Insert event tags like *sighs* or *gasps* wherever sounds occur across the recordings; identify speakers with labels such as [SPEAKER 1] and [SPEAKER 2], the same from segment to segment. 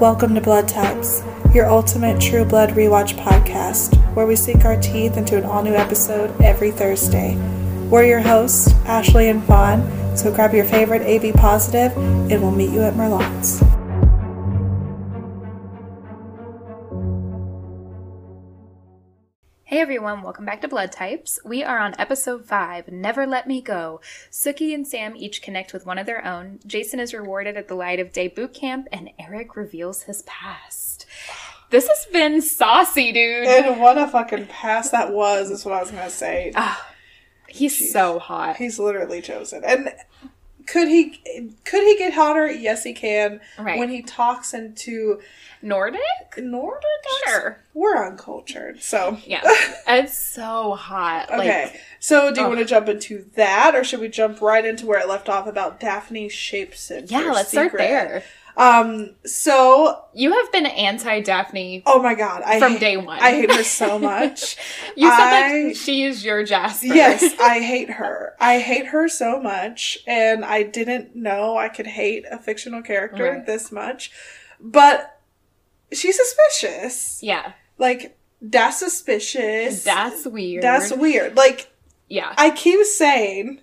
[SPEAKER 1] Welcome to Blood Types, your ultimate True Blood rewatch podcast, where we sink our teeth into an all new episode every Thursday. We're your hosts, Ashley and Fawn, so grab your favorite AB positive and we'll meet you at Merlot's.
[SPEAKER 2] Hey everyone, welcome back to Blood Types. We are on episode 5, Never Let Me Go. Suki and Sam each connect with one of their own. Jason is rewarded at the light of day boot camp, and Eric reveals his past. This has been saucy, dude.
[SPEAKER 1] And what a fucking pass that was, is what I was going to say.
[SPEAKER 2] Ah. He's so hot.
[SPEAKER 1] He's literally chosen. And could he could he get hotter? Yes, he can.
[SPEAKER 2] Right.
[SPEAKER 1] When he talks into
[SPEAKER 2] Nordic?
[SPEAKER 1] Nordic,
[SPEAKER 2] Sure.
[SPEAKER 1] we're uncultured. So *laughs*
[SPEAKER 2] Yeah. it's so hot.
[SPEAKER 1] Okay.
[SPEAKER 2] Like, oh.
[SPEAKER 1] so do you
[SPEAKER 2] ugh.
[SPEAKER 1] want to jump into that or should we jump right into where it left off about Daphne's shapeshifter?
[SPEAKER 2] yeah, let's start
[SPEAKER 1] secret?
[SPEAKER 2] there.
[SPEAKER 1] Um so
[SPEAKER 2] You have been anti Daphne
[SPEAKER 1] oh my god, I
[SPEAKER 2] from
[SPEAKER 1] ha-
[SPEAKER 2] day one.
[SPEAKER 1] I hate her
[SPEAKER 2] *laughs*
[SPEAKER 1] so much.
[SPEAKER 2] you said
[SPEAKER 1] I-
[SPEAKER 2] that she is your Jasper.
[SPEAKER 1] yes, I hate her. I hate her so much and I didn't know I could hate a fictional character
[SPEAKER 2] Right.
[SPEAKER 1] this much. But she's suspicious.
[SPEAKER 2] yeah.
[SPEAKER 1] Like that's suspicious.
[SPEAKER 2] That's weird.
[SPEAKER 1] that's weird. Like
[SPEAKER 2] yeah.
[SPEAKER 1] I keep saying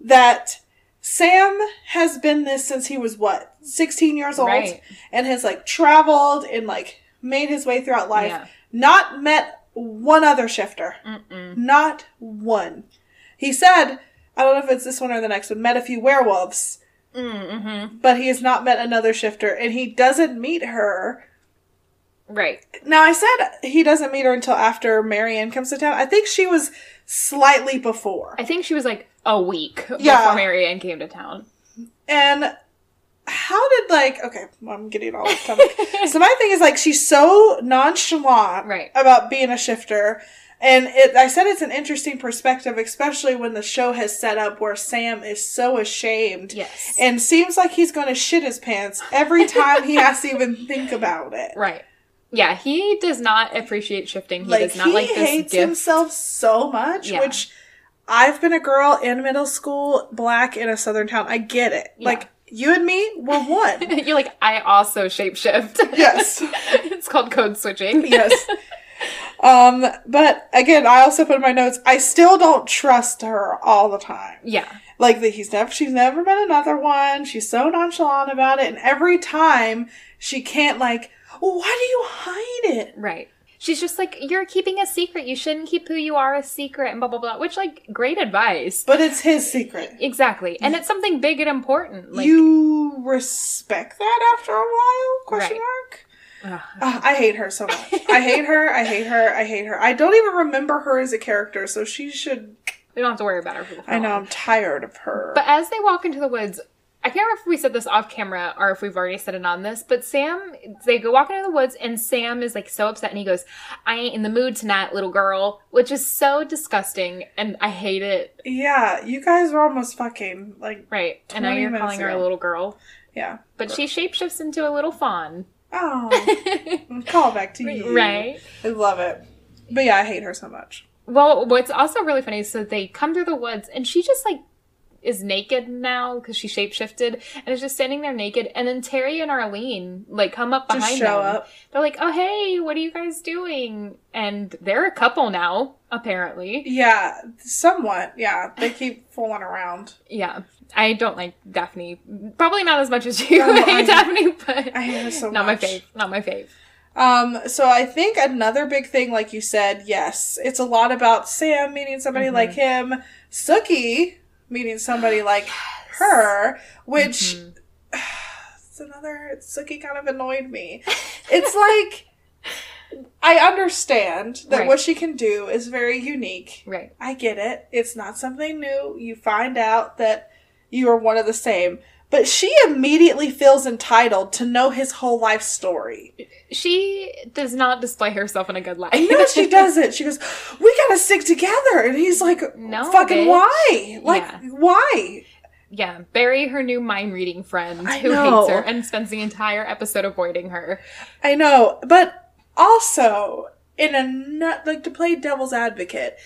[SPEAKER 1] that Sam has been this since he was what, 16 years old
[SPEAKER 2] Right.
[SPEAKER 1] and has like traveled and like made his way throughout life,
[SPEAKER 2] Yeah.
[SPEAKER 1] not met one other shifter.
[SPEAKER 2] Mm-mm.
[SPEAKER 1] Not one. He said, I don't know if it's this one or the next one, met a few werewolves,
[SPEAKER 2] Mm-hmm.
[SPEAKER 1] but he has not met another shifter and he doesn't meet her.
[SPEAKER 2] Right.
[SPEAKER 1] Now I said he doesn't meet her until after Marianne comes to town. I think she was slightly before.
[SPEAKER 2] I think she was like a week
[SPEAKER 1] Yeah.
[SPEAKER 2] before Marianne came to town.
[SPEAKER 1] And how did like okay, I'm getting all off topic. *laughs* so my thing is like she's so nonchalant
[SPEAKER 2] Right.
[SPEAKER 1] about being a shifter. And it, I said it's an interesting perspective, especially when the show has set up where Sam is so ashamed
[SPEAKER 2] Yes.
[SPEAKER 1] and seems like he's going to shit his pants every time he has to even think about it.
[SPEAKER 2] *laughs* right. Yeah, he does not appreciate shifting. He
[SPEAKER 1] Like
[SPEAKER 2] does not
[SPEAKER 1] he
[SPEAKER 2] like this
[SPEAKER 1] hates
[SPEAKER 2] gift.
[SPEAKER 1] himself so much,
[SPEAKER 2] Yeah.
[SPEAKER 1] which I've been a girl in middle school, black in a southern town. I get it.
[SPEAKER 2] Yeah.
[SPEAKER 1] Like you and me, we're
[SPEAKER 2] *laughs*
[SPEAKER 1] one.
[SPEAKER 2] *laughs* You're like, I also shapeshift. *laughs*
[SPEAKER 1] yes.
[SPEAKER 2] it's called
[SPEAKER 1] *laughs*
[SPEAKER 2] code switching.
[SPEAKER 1] yes. Um, but again, I also put in my notes, I still don't trust her all the time.
[SPEAKER 2] Yeah.
[SPEAKER 1] Like that he's never she's never been another one. She's so nonchalant about it, and every time she can't like, well, why do you hide it?
[SPEAKER 2] Right. She's just like, you're keeping a secret. You shouldn't keep who you are a secret and blah, blah, blah. Which, like, great advice.
[SPEAKER 1] But it's his secret.
[SPEAKER 2] Exactly. And it's something big and important. Like,
[SPEAKER 1] you respect that after a while? Question
[SPEAKER 2] Right.
[SPEAKER 1] mark.
[SPEAKER 2] Ugh.
[SPEAKER 1] Ugh, I hate her so much. I hate her. I hate her. I hate her. I don't even remember her as a character, so she
[SPEAKER 2] *laughs*
[SPEAKER 1] should.
[SPEAKER 2] we don't have to worry about her. for
[SPEAKER 1] I know.
[SPEAKER 2] long.
[SPEAKER 1] I'm tired of her.
[SPEAKER 2] But as they walk into the woods, I can't remember if we said this off camera or if we've already said it on this, but Sam, they go walking into the woods and Sam is like so upset and he goes, I ain't in the mood tonight, little girl, which is so disgusting and I hate it.
[SPEAKER 1] Yeah, you guys were almost fucking like
[SPEAKER 2] Right. And now
[SPEAKER 1] 20
[SPEAKER 2] you're
[SPEAKER 1] minutes
[SPEAKER 2] calling her a
[SPEAKER 1] ago.
[SPEAKER 2] little girl.
[SPEAKER 1] yeah.
[SPEAKER 2] But she shapeshifts into a
[SPEAKER 1] *laughs*
[SPEAKER 2] little fawn. *laughs*
[SPEAKER 1] Oh, call back to you.
[SPEAKER 2] right.
[SPEAKER 1] I love it. But yeah, I hate her so much.
[SPEAKER 2] Well, what's also really funny is so they come through the woods and she just like is naked now because she shapeshifted and is just standing there naked. And then Terry and Arlene like come up behind
[SPEAKER 1] Just show
[SPEAKER 2] them.
[SPEAKER 1] up.
[SPEAKER 2] They're like, "Oh hey, what are you guys doing?" And they're a couple now, apparently.
[SPEAKER 1] Yeah, somewhat. Yeah, they keep *laughs* fooling around.
[SPEAKER 2] Yeah, I don't like Daphne. Probably not as much as you *laughs*
[SPEAKER 1] No,
[SPEAKER 2] hate
[SPEAKER 1] I-
[SPEAKER 2] Daphne, but
[SPEAKER 1] I hate her so
[SPEAKER 2] not
[SPEAKER 1] much.
[SPEAKER 2] my fave. Not my fave.
[SPEAKER 1] Um, so I think another big thing, like you said, yes, it's a lot about Sam meeting somebody
[SPEAKER 2] Mm-hmm.
[SPEAKER 1] like him, Suki meeting somebody
[SPEAKER 2] *gasps*
[SPEAKER 1] like her,
[SPEAKER 2] Mm-hmm.
[SPEAKER 1] which it's another Suki kind of annoyed me. It's like I understand that
[SPEAKER 2] Right.
[SPEAKER 1] what she can do is very unique.
[SPEAKER 2] Right.
[SPEAKER 1] I get it. It's not something new. You find out that you are one of the same. But she immediately feels entitled to know his whole life story.
[SPEAKER 2] She does not display herself in a good light.
[SPEAKER 1] No, she doesn't. She goes, "We gotta stick together," and he's like,
[SPEAKER 2] No,
[SPEAKER 1] fucking
[SPEAKER 2] bitch."
[SPEAKER 1] why? Like,
[SPEAKER 2] Yeah.
[SPEAKER 1] why?"
[SPEAKER 2] *laughs* Yeah, bury her new mind reading friend
[SPEAKER 1] I
[SPEAKER 2] who
[SPEAKER 1] know.
[SPEAKER 2] hates her and spends the entire episode avoiding her.
[SPEAKER 1] I know, but also in a nut, like to play devil's advocate,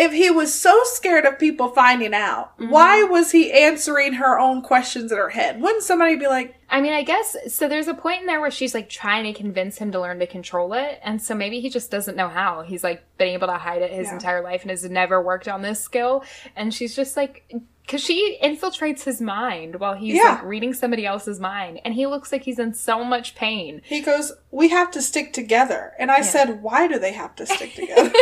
[SPEAKER 1] if he was so scared of
[SPEAKER 2] Mm-hmm.
[SPEAKER 1] people finding out, why was he answering her own questions in her head? Wouldn't somebody be like,
[SPEAKER 2] I mean, I guess so. There's a point in there where she's like trying to convince him to learn to control it, and so maybe he just doesn't know how. He's like been able to hide it his
[SPEAKER 1] Yeah.
[SPEAKER 2] entire life and has never worked on this skill. And she's just like, because she infiltrates his mind while he's
[SPEAKER 1] Yeah.
[SPEAKER 2] like reading somebody else's mind, and he looks like he's in so much pain.
[SPEAKER 1] He goes, "We have to stick together." And I said, "Why do they have to stick
[SPEAKER 2] *laughs*
[SPEAKER 1] together?"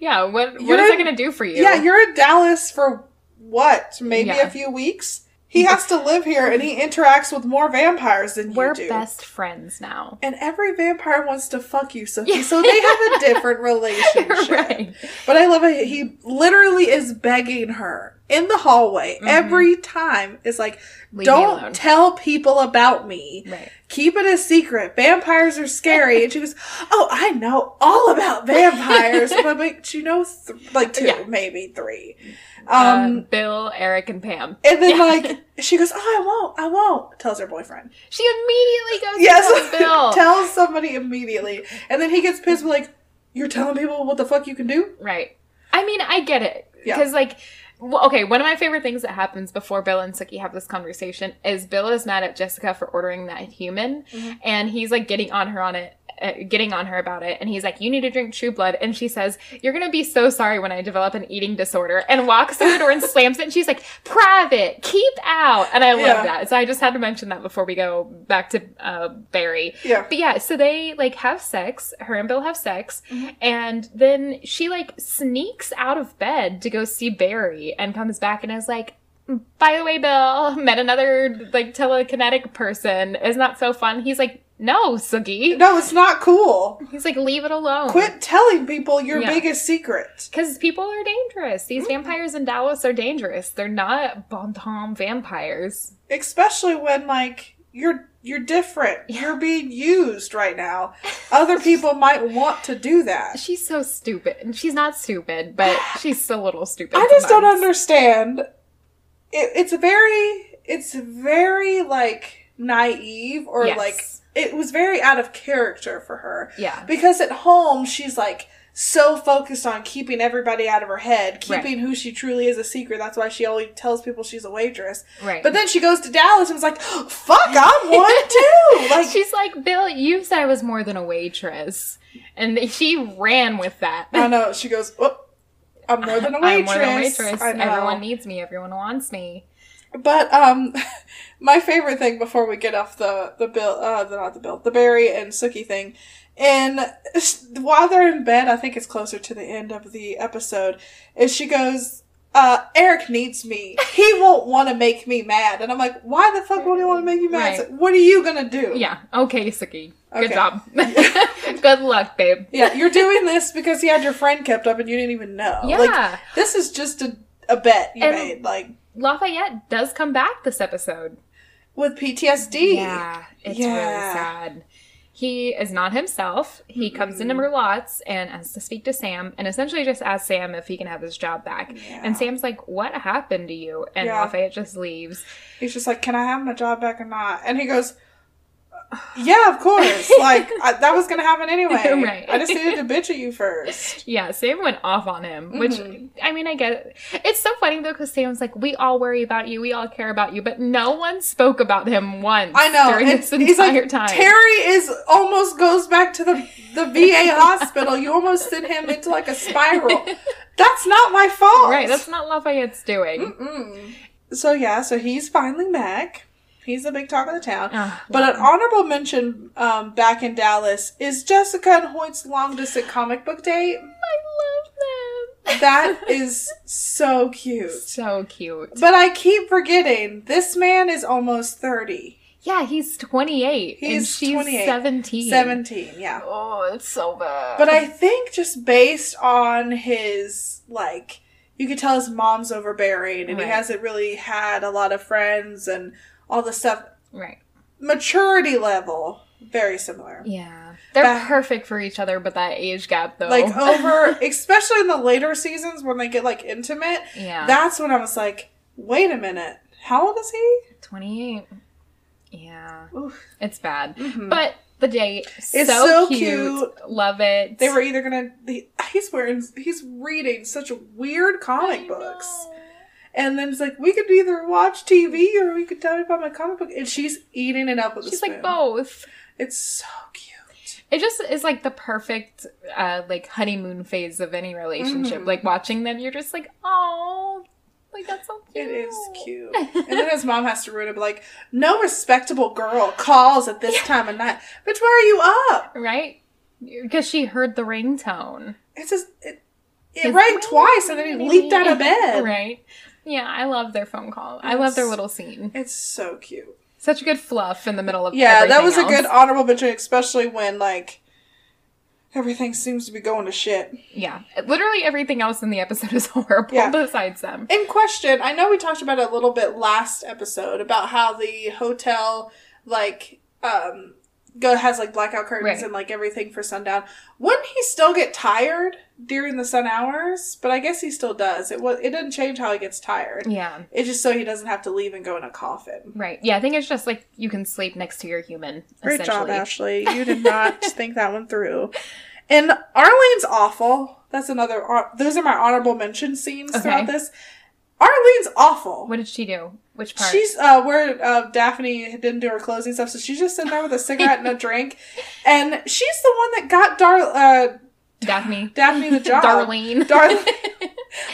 [SPEAKER 2] yeah, what what
[SPEAKER 1] You're
[SPEAKER 2] is it
[SPEAKER 1] in-
[SPEAKER 2] going to do for you?
[SPEAKER 1] yeah, you're in Dallas for what? Maybe
[SPEAKER 2] Yeah.
[SPEAKER 1] a few weeks. He has to live here, and he interacts with more vampires than
[SPEAKER 2] we're
[SPEAKER 1] you do.
[SPEAKER 2] best friends now.
[SPEAKER 1] And every vampire wants to fuck you, Sophie. So they have a
[SPEAKER 2] *laughs*
[SPEAKER 1] different relationship.
[SPEAKER 2] right.
[SPEAKER 1] But I love it. He literally is begging her in the hallway every time. It's like,
[SPEAKER 2] Mm-hmm. Leave me alone."
[SPEAKER 1] don't tell people about me.
[SPEAKER 2] Right.
[SPEAKER 1] Keep it a secret. Vampires are scary. and she goes, Oh, I know all about
[SPEAKER 2] *laughs*
[SPEAKER 1] vampires. but, but she knows th- like two,
[SPEAKER 2] Yeah.
[SPEAKER 1] maybe three.
[SPEAKER 2] Um,
[SPEAKER 1] Um,
[SPEAKER 2] Bill, Eric, and Pam.
[SPEAKER 1] and then
[SPEAKER 2] Yeah.
[SPEAKER 1] like she goes, Oh, I won't, I won't, tells her boyfriend.
[SPEAKER 2] She immediately goes
[SPEAKER 1] Yes.
[SPEAKER 2] to
[SPEAKER 1] *laughs*
[SPEAKER 2] Bill.
[SPEAKER 1] tells somebody immediately. And then he gets pissed with like, You're telling people what the fuck you can do?
[SPEAKER 2] Right. I mean, I get it.
[SPEAKER 1] Yeah.
[SPEAKER 2] Because, like, w- okay, one of my favorite things that happens before Bill and Sookie have this conversation is Bill is mad at Jessica for ordering that human,
[SPEAKER 1] Mm-hmm.
[SPEAKER 2] and he's like getting on her on it. Uh, getting on her about it, and he's like, "You need to drink True Blood," and she says, "You're gonna be so sorry when I develop an eating disorder," and walks through the door and slams it. And she's like, "Private, keep out," and I love
[SPEAKER 1] Yeah.
[SPEAKER 2] that. So I just had to mention that before we go back to uh, Barry.
[SPEAKER 1] Yeah.
[SPEAKER 2] But yeah, so they like have sex. Her and Bill have sex,
[SPEAKER 1] Mm-hmm.
[SPEAKER 2] and then she like sneaks out of bed to go see Barry, and comes back and is like, "By the way, Bill, *laughs* met another like telekinetic person. Isn't that so fun?" He's like, "No,
[SPEAKER 1] *laughs*
[SPEAKER 2] Sugi."
[SPEAKER 1] No, it's not cool.
[SPEAKER 2] He's like, "Leave it alone."
[SPEAKER 1] Quit telling people your
[SPEAKER 2] Yeah.
[SPEAKER 1] biggest secret.
[SPEAKER 2] Because people are dangerous. These
[SPEAKER 1] Mm-hmm.
[SPEAKER 2] vampires in Dallas are dangerous. They're not bon ton vampires.
[SPEAKER 1] Especially when like you're you're different. You're being used right now. Other people might want to do
[SPEAKER 2] *laughs*
[SPEAKER 1] that.
[SPEAKER 2] She's so stupid. And she's not stupid,
[SPEAKER 1] *sighs*
[SPEAKER 2] but she's a little stupid.
[SPEAKER 1] I just don't
[SPEAKER 2] sometimes.
[SPEAKER 1] understand. It, it's very it's very like naive or
[SPEAKER 2] Yes.
[SPEAKER 1] like it was very out of character for her.
[SPEAKER 2] Yeah.
[SPEAKER 1] Because at home she's like so focused on keeping everybody out of her head,
[SPEAKER 2] Right.
[SPEAKER 1] keeping who she truly is a secret. That's why she always tells people she's a waitress.
[SPEAKER 2] Right.
[SPEAKER 1] But then she goes to Dallas and was like, "Fuck, I'm
[SPEAKER 2] *laughs*
[SPEAKER 1] one too." Like,
[SPEAKER 2] She's like, Bill, you said I was more than a waitress. And she ran with that.
[SPEAKER 1] I know. She goes, oh, "I'm more than a
[SPEAKER 2] *laughs* I'm
[SPEAKER 1] waitress."
[SPEAKER 2] more than a waitress.
[SPEAKER 1] I know.
[SPEAKER 2] Everyone needs me. Everyone wants me.
[SPEAKER 1] But um, *laughs* my favorite thing before we get off the the bill, uh, the, not the bill, the Barry and Sookie thing, and s- while they're in bed, I think it's closer to the end of the episode, is she goes. Uh, Eric needs me. He won't want to make me mad. And I'm like, why the fuck won't he want to make you mad? It's
[SPEAKER 2] Right.
[SPEAKER 1] like, what are you going to do?
[SPEAKER 2] Yeah. Okay, Suki. Good
[SPEAKER 1] Okay. *laughs*
[SPEAKER 2] job. *laughs* Good luck, babe.
[SPEAKER 1] Yeah, you're doing this because you had your friend kept up and you didn't even know.
[SPEAKER 2] Yeah.
[SPEAKER 1] Like, this is just a, a bet you
[SPEAKER 2] And-
[SPEAKER 1] made, like,
[SPEAKER 2] Lafayette does come back this episode.
[SPEAKER 1] with PTSD.
[SPEAKER 2] Yeah. It's really
[SPEAKER 1] Yeah.
[SPEAKER 2] sad. He is not himself. He comes into Merlot's and asks to speak to Sam and essentially just asks Sam if he can have his job back.
[SPEAKER 1] Yeah.
[SPEAKER 2] And Sam's like, What happened to you? And
[SPEAKER 1] Yeah.
[SPEAKER 2] Lafayette just leaves.
[SPEAKER 1] He's just like, can I have my job back or not? And he goes, yeah, of
[SPEAKER 2] *laughs*
[SPEAKER 1] course. like, I, that was going to happen anyway.
[SPEAKER 2] Right.
[SPEAKER 1] I just needed to bitch at you
[SPEAKER 2] *laughs*
[SPEAKER 1] first.
[SPEAKER 2] Yeah, Sam went off on him, which
[SPEAKER 1] Mhm.
[SPEAKER 2] I mean, I get it. It's so funny though, because Sam's like, "We all worry about you, we all care about you," but no one spoke about him once.
[SPEAKER 1] I know.
[SPEAKER 2] during
[SPEAKER 1] and
[SPEAKER 2] this entire time.
[SPEAKER 1] Terry is almost goes back to the, the
[SPEAKER 2] *laughs*
[SPEAKER 1] VA hospital. You almost sent him into like a spiral. That's not my fault.
[SPEAKER 2] right? That's not Lafayette's doing.
[SPEAKER 1] Mm. So yeah, so he's finally back. He's the big talk of the town.
[SPEAKER 2] Ah,
[SPEAKER 1] but uh, an honorable mention um, back in Dallas is Jessica and Hoyt's long distance comic book date.
[SPEAKER 2] I love them. *laughs*
[SPEAKER 1] That is so cute.
[SPEAKER 2] so cute.
[SPEAKER 1] But I keep forgetting this man is almost 30.
[SPEAKER 2] Yeah, he's twenty eight, and
[SPEAKER 1] He's
[SPEAKER 2] she's
[SPEAKER 1] 28.
[SPEAKER 2] seventeen.
[SPEAKER 1] 17, yeah.
[SPEAKER 2] Oh, it's so bad.
[SPEAKER 1] But I think just based on his like you could tell his mom's overbearing and he
[SPEAKER 2] Right.
[SPEAKER 1] hasn't really had a lot of friends and all the stuff
[SPEAKER 2] right.
[SPEAKER 1] maturity level very similar.
[SPEAKER 2] Yeah, they're
[SPEAKER 1] Back-
[SPEAKER 2] perfect for each other, but that age gap though. *laughs*
[SPEAKER 1] Like over, especially in the later seasons when they get like intimate.
[SPEAKER 2] yeah,
[SPEAKER 1] That's when I was like, wait a minute, how old is he?
[SPEAKER 2] twenty eight. Yeah.
[SPEAKER 1] Oof.
[SPEAKER 2] It's bad.
[SPEAKER 1] Mhm.
[SPEAKER 2] But the date
[SPEAKER 1] It's
[SPEAKER 2] so,
[SPEAKER 1] so
[SPEAKER 2] cute.
[SPEAKER 1] cute.
[SPEAKER 2] Love it.
[SPEAKER 1] They were either gonna he, he's wearing he's reading such weird comic books, And then it's like, we could either watch TV or we could tell me about my comic book. And she's eating it up with
[SPEAKER 2] She's
[SPEAKER 1] a spoon.
[SPEAKER 2] like "Oh." both.
[SPEAKER 1] It's so cute.
[SPEAKER 2] It just is like the perfect uh like honeymoon phase of any relationship.
[SPEAKER 1] Mhm.
[SPEAKER 2] Like watching them, you're just like, oh, like that's so cute.
[SPEAKER 1] It is
[SPEAKER 2] *laughs*
[SPEAKER 1] cute. and then his mom has to ruin it, be like, no respectable girl calls at this time of night. Bitch, why are you up?
[SPEAKER 2] right? Because she heard the ringtone.
[SPEAKER 1] It's just, it, it
[SPEAKER 2] His-
[SPEAKER 1] rang twice and then he leaped out of bed.
[SPEAKER 2] Right. Yeah, I love their phone call. I love their
[SPEAKER 1] It's-
[SPEAKER 2] little scene.
[SPEAKER 1] It's so cute.
[SPEAKER 2] Such a good fluff in the middle of
[SPEAKER 1] Yeah, that
[SPEAKER 2] everything
[SPEAKER 1] was a
[SPEAKER 2] else.
[SPEAKER 1] good honorable mention, especially when like everything seems to be going to shit.
[SPEAKER 2] Yeah, literally everything else in the episode is *laughs* horrible
[SPEAKER 1] Yeah.
[SPEAKER 2] besides them.
[SPEAKER 1] In question, I know we talked about it a little bit last episode about how the hotel like um go has like blackout curtains
[SPEAKER 2] Right.
[SPEAKER 1] and like everything for sundown. Wouldn't he still get tired during the sun hours? But I guess he still does. It was it doesn't change how he gets tired.
[SPEAKER 2] Yeah,
[SPEAKER 1] It's just so he doesn't have to leave and go in a coffin.
[SPEAKER 2] right. Yeah, I think it's just like you can sleep next to your human.
[SPEAKER 1] Great job,
[SPEAKER 2] essentially.
[SPEAKER 1] Ashley. You
[SPEAKER 2] *laughs*
[SPEAKER 1] did not think that one through. And Arlene's awful. That's another. hon- Those are my honorable mention scenes
[SPEAKER 2] Okay.
[SPEAKER 1] throughout this. Arlene's awful.
[SPEAKER 2] What did she do? Which part?
[SPEAKER 1] She's uh, where uh, Daphne didn't do her closing stuff, so she's just sitting there with a cigarette
[SPEAKER 2] *laughs*
[SPEAKER 1] and a drink, and she's the one that got Dar uh, *laughs*
[SPEAKER 2] Daphne.
[SPEAKER 1] Daphne the job.
[SPEAKER 2] Darlene. *laughs*
[SPEAKER 1] Darlene.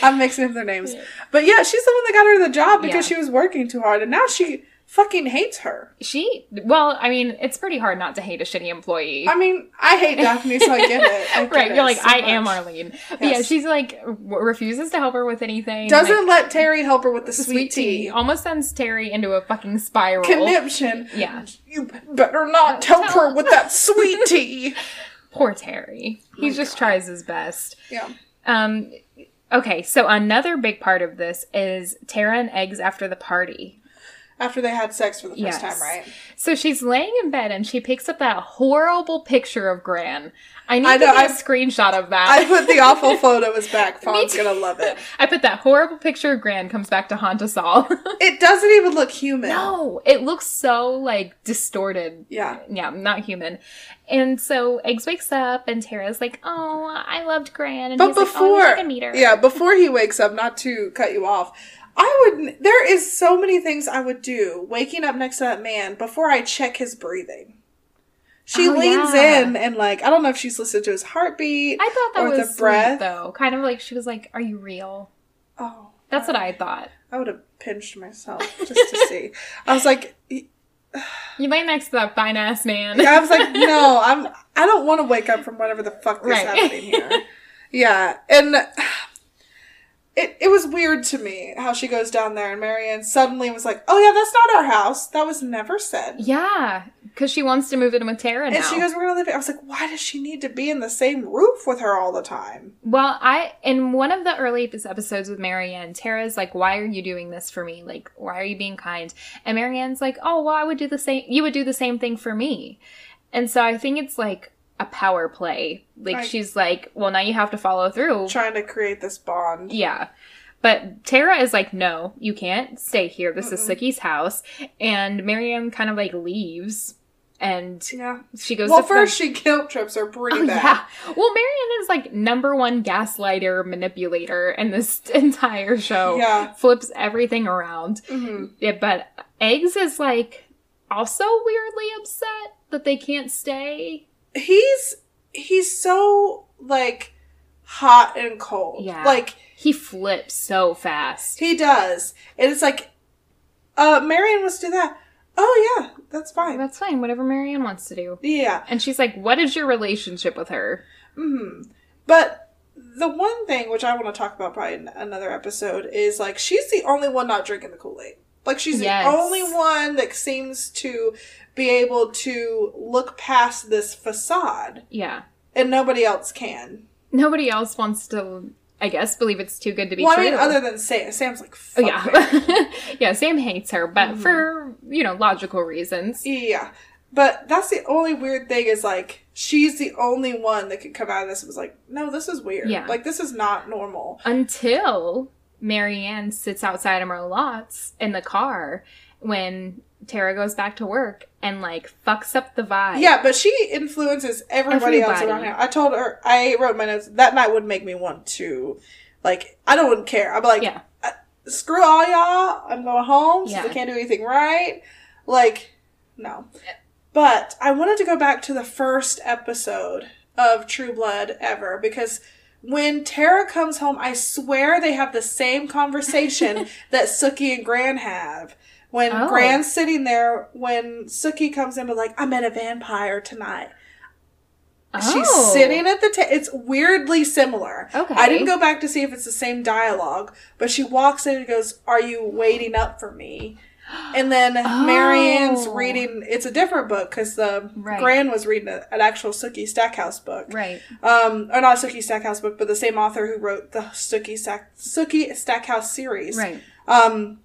[SPEAKER 1] I'm mixing up their names, but yeah, she's the one that got her the job because
[SPEAKER 2] Yeah.
[SPEAKER 1] she was working too hard, and now she fucking hates her.
[SPEAKER 2] she. Well, I mean, it's pretty hard not to hate a shitty employee.
[SPEAKER 1] I mean, I hate Daphne, so I get it.
[SPEAKER 2] *laughs*
[SPEAKER 1] I get
[SPEAKER 2] Right,
[SPEAKER 1] it
[SPEAKER 2] you're like
[SPEAKER 1] so
[SPEAKER 2] I am
[SPEAKER 1] much.
[SPEAKER 2] Arlene. But yeah,
[SPEAKER 1] Yes.
[SPEAKER 2] she's like w- refuses to help her with anything.
[SPEAKER 1] Doesn't
[SPEAKER 2] like,
[SPEAKER 1] let Terry help her with the sweet, tea.
[SPEAKER 2] Almost sends Terry into a fucking spiral.
[SPEAKER 1] Conniption.
[SPEAKER 2] Yeah,
[SPEAKER 1] You better not help her with that sweet
[SPEAKER 2] *laughs*
[SPEAKER 1] tea.
[SPEAKER 2] poor Terry.
[SPEAKER 1] Oh
[SPEAKER 2] He just tries his best.
[SPEAKER 1] Yeah.
[SPEAKER 2] Um, okay, so another big part of this is Tara and eggs after the party.
[SPEAKER 1] After they had sex for the first
[SPEAKER 2] Yes.
[SPEAKER 1] time, right?
[SPEAKER 2] So she's laying in bed and she picks up that horrible picture of Gran. I need
[SPEAKER 1] I
[SPEAKER 2] to
[SPEAKER 1] know,
[SPEAKER 2] get a
[SPEAKER 1] I-
[SPEAKER 2] screenshot of
[SPEAKER 1] I
[SPEAKER 2] that.
[SPEAKER 1] put the awful photos back. Fawn's
[SPEAKER 2] too.
[SPEAKER 1] gonna love it.
[SPEAKER 2] *laughs* I, put that horrible picture of Gran comes back to haunt us all. *laughs*
[SPEAKER 1] It doesn't even look human.
[SPEAKER 2] no, it looks so like distorted.
[SPEAKER 1] Yeah.
[SPEAKER 2] Yeah, not human. And so Eggs wakes up and Tara's like, "Oh, I loved Gran." And
[SPEAKER 1] But
[SPEAKER 2] he's like,
[SPEAKER 1] before,
[SPEAKER 2] "Oh, I wish I could meet her."
[SPEAKER 1] yeah, before he wakes up, not to cut you off, I would. There is so many things I would do waking up next to that man before I check his breathing. She
[SPEAKER 2] Oh,
[SPEAKER 1] leans
[SPEAKER 2] yeah.
[SPEAKER 1] in and like I don't know if she's listened to his heartbeat.
[SPEAKER 2] I thought that
[SPEAKER 1] or
[SPEAKER 2] was
[SPEAKER 1] the
[SPEAKER 2] sweet,
[SPEAKER 1] breath.
[SPEAKER 2] though. Kind of like she was like, "Are you real?"
[SPEAKER 1] oh,
[SPEAKER 2] That's what I thought.
[SPEAKER 1] I would have pinched myself just to see. I was like,
[SPEAKER 2] You lay next to that fine ass man.
[SPEAKER 1] I was like, no, I'm. I don't want to wake up from whatever the fuck is
[SPEAKER 2] Right.
[SPEAKER 1] happening here.
[SPEAKER 2] *laughs*
[SPEAKER 1] Yeah, and it it was weird to me how she goes down there and Marianne suddenly was like, oh yeah, that's not our house. That was never said.
[SPEAKER 2] yeah, because she wants to move in with Tara now.
[SPEAKER 1] And she goes, we're gonna live. Here. I was like, why does she need to be in the same roof with her all the time?
[SPEAKER 2] well, I in one of the early episodes with Marianne, Tara's like, "Why are you doing this for me? Like, why are you being kind?" And Marianne's like, "Oh, well, I would do the same. You would do the same thing for me." And so I think it's like a power play. Like
[SPEAKER 1] Right.
[SPEAKER 2] she's like, "Well, now you have to follow through."
[SPEAKER 1] Trying to create this bond.
[SPEAKER 2] Yeah. But Tara is like, no, you can't stay here. This is
[SPEAKER 1] Mm-mm.
[SPEAKER 2] Suki's house. And Miriam kind of like leaves and
[SPEAKER 1] Yeah.
[SPEAKER 2] she goes
[SPEAKER 1] well,
[SPEAKER 2] to
[SPEAKER 1] first she guilt trips her pretty
[SPEAKER 2] Oh,
[SPEAKER 1] bad.
[SPEAKER 2] yeah. Well, Marianne is like number one gaslighter manipulator in this *laughs* entire show.
[SPEAKER 1] Yeah.
[SPEAKER 2] Flips everything around.
[SPEAKER 1] Mhm.
[SPEAKER 2] Yeah, but Eggs is like also weirdly upset that they can't stay.
[SPEAKER 1] He's he's so like hot and cold.
[SPEAKER 2] Yeah.
[SPEAKER 1] Like
[SPEAKER 2] He flips so fast.
[SPEAKER 1] He does. And it's like, uh, Marion wants to do that. Oh, yeah, that's fine.
[SPEAKER 2] That's fine, whatever Marianne wants to do.
[SPEAKER 1] yeah.
[SPEAKER 2] And she's like, What is your relationship with her?
[SPEAKER 1] hmm But the one thing which I want to talk about probably in another episode is like, she's the only one not drinking the Kool Aid. Like, she's
[SPEAKER 2] Yes.
[SPEAKER 1] the only one that seems to be able to look past this facade,
[SPEAKER 2] Yeah.
[SPEAKER 1] and nobody else can.
[SPEAKER 2] Nobody else wants to, I guess, believe it's too good to be
[SPEAKER 1] Well, I
[SPEAKER 2] true.
[SPEAKER 1] mean, other than Sam. Sam's like,
[SPEAKER 2] oh,
[SPEAKER 1] Fuck me."
[SPEAKER 2] yeah. *laughs* yeah, Sam hates her, but
[SPEAKER 1] Mhm.
[SPEAKER 2] for, you know, logical reasons.
[SPEAKER 1] Yeah. But that's the only weird thing is like she's the only one that could come out of this and was like, no, this is weird.
[SPEAKER 2] Yeah.
[SPEAKER 1] Like this is not normal.
[SPEAKER 2] Until Marianne sits outside of Merlot's in the car when Tara goes back to work and, like, fucks up the vibe.
[SPEAKER 1] Yeah, but she influences everybody, else around
[SPEAKER 2] Everybody.
[SPEAKER 1] her. I told her I wrote my notes that night would make me want to like I don't care. I'm like
[SPEAKER 2] Yeah.
[SPEAKER 1] screw all y'all. I'm going home since
[SPEAKER 2] Yeah.
[SPEAKER 1] I can't do anything right. Like, no. But I wanted to go back to the first episode of True Blood ever because when Tara comes home, I swear they have the same
[SPEAKER 2] *laughs*
[SPEAKER 1] conversation that Sookie and Gran have. When
[SPEAKER 2] Oh.
[SPEAKER 1] Gran's sitting there, when Sookie comes in, but like, I met a vampire tonight. She's
[SPEAKER 2] Oh.
[SPEAKER 1] sitting at the table. It's weirdly similar.
[SPEAKER 2] Okay.
[SPEAKER 1] I didn't go back to see if it's the same dialogue, but she walks in and goes, Are you waiting up for me? And then Marianne's
[SPEAKER 2] Oh.
[SPEAKER 1] reading, it's a different book because the
[SPEAKER 2] Right.
[SPEAKER 1] Gran was reading a, an actual Sookie Stackhouse book.
[SPEAKER 2] Right.
[SPEAKER 1] Um, or not a Sookie Stackhouse book, but the same author who wrote the Sookie, Stack- Sookie Stackhouse series.
[SPEAKER 2] Right.
[SPEAKER 1] Um,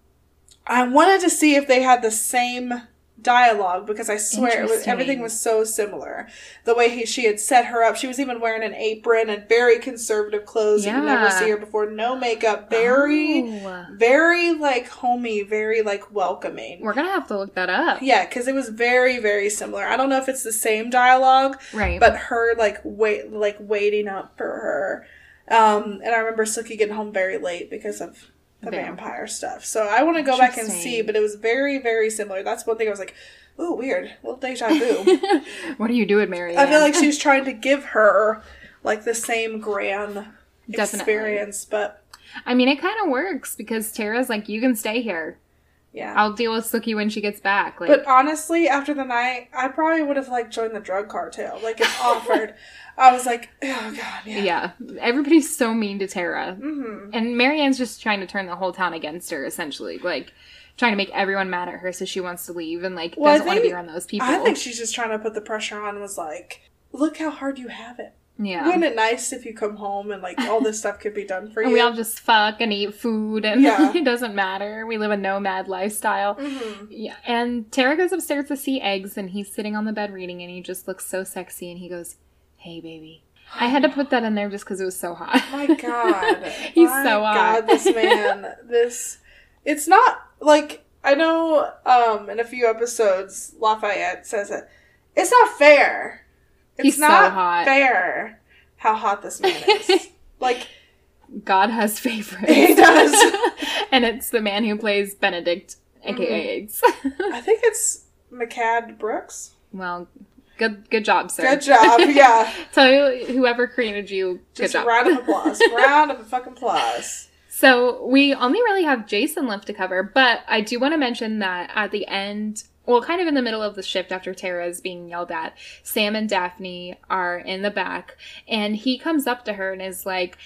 [SPEAKER 1] I wanted to see if they had the same dialogue because I swear it was everything
[SPEAKER 2] Interesting.
[SPEAKER 1] was so similar. The way he she had set her up, she was even wearing an apron and very conservative clothes. You would never
[SPEAKER 2] Yeah.
[SPEAKER 1] see her before. No makeup, very,
[SPEAKER 2] Oh.
[SPEAKER 1] very like homey, very like welcoming.
[SPEAKER 2] We're gonna have to look that up.
[SPEAKER 1] Yeah, because it was very, very similar. I don't know if it's the same dialogue,
[SPEAKER 2] Right.
[SPEAKER 1] but her like wait, like waiting up for her. Um, and I remember Sookie getting home very late because of the
[SPEAKER 2] Vamp.
[SPEAKER 1] vampire stuff. So I want to go back and see,
[SPEAKER 2] Interesting.
[SPEAKER 1] but it was very, very similar. That's one thing I was like, "Ooh, weird, little deja
[SPEAKER 2] *laughs*
[SPEAKER 1] vu."
[SPEAKER 2] what are you doing, Mary?
[SPEAKER 1] I feel like she's trying to give her like the same grand
[SPEAKER 2] Definitely.
[SPEAKER 1] experience, but
[SPEAKER 2] I mean, it kind of works because Tara's like, you can stay here.
[SPEAKER 1] yeah.
[SPEAKER 2] I'll deal with Sookie when she gets back. Like,
[SPEAKER 1] But honestly, after the night, I probably would have like joined the drug cartel. Like
[SPEAKER 2] *laughs*
[SPEAKER 1] it's offered. I was like, oh god, yeah.
[SPEAKER 2] yeah, everybody's so mean to Tara,
[SPEAKER 1] Mm-hmm.
[SPEAKER 2] and Marianne's just trying to turn the whole town against her, essentially. Like, trying to make everyone mad at her, so she wants to leave and like
[SPEAKER 1] Well, I
[SPEAKER 2] doesn't want to be
[SPEAKER 1] think-
[SPEAKER 2] around those people.
[SPEAKER 1] I think she's just trying to put the pressure on. and Was like, look how hard you have it.
[SPEAKER 2] yeah.
[SPEAKER 1] Wouldn't it nice if you come home and like all this stuff could be done for
[SPEAKER 2] *laughs* and we all
[SPEAKER 1] you?
[SPEAKER 2] just fuck and eat food, and
[SPEAKER 1] Yeah.
[SPEAKER 2] *laughs* it doesn't matter. We live a nomad lifestyle.
[SPEAKER 1] hmm
[SPEAKER 2] Yeah, and Tara goes upstairs to see eggs, and he's sitting on the bed reading, and he just looks so sexy, and he goes, "Hey, baby." I had to put that in there just because it was so hot.
[SPEAKER 1] My God,
[SPEAKER 2] *laughs* he's
[SPEAKER 1] My
[SPEAKER 2] so hot.
[SPEAKER 1] God, this
[SPEAKER 2] *laughs*
[SPEAKER 1] man, this. It's not like I know. Um, in a few episodes, Lafayette says it. It's not fair. It's
[SPEAKER 2] He's so
[SPEAKER 1] not
[SPEAKER 2] hot.
[SPEAKER 1] fair. How hot this man
[SPEAKER 2] *laughs*
[SPEAKER 1] is. like
[SPEAKER 2] God has *laughs* favorites.
[SPEAKER 1] He does.
[SPEAKER 2] *laughs* and it's the man who plays Benedict,
[SPEAKER 1] Mm-hmm.
[SPEAKER 2] aka eggs.
[SPEAKER 1] I think it's McCad Brooks.
[SPEAKER 2] *laughs* well, good good job, sir.
[SPEAKER 1] Good
[SPEAKER 2] *laughs*
[SPEAKER 1] job. Yeah.
[SPEAKER 2] So whoever created you,
[SPEAKER 1] Just
[SPEAKER 2] good job.
[SPEAKER 1] round of applause. round of fucking applause.
[SPEAKER 2] *laughs* So we only really have Jason left to cover, but I do want to mention that at the end, well, kind of in the middle of the shift after Tara's being yelled at, Sam and Daphne are in the back, and he comes up to her and is like,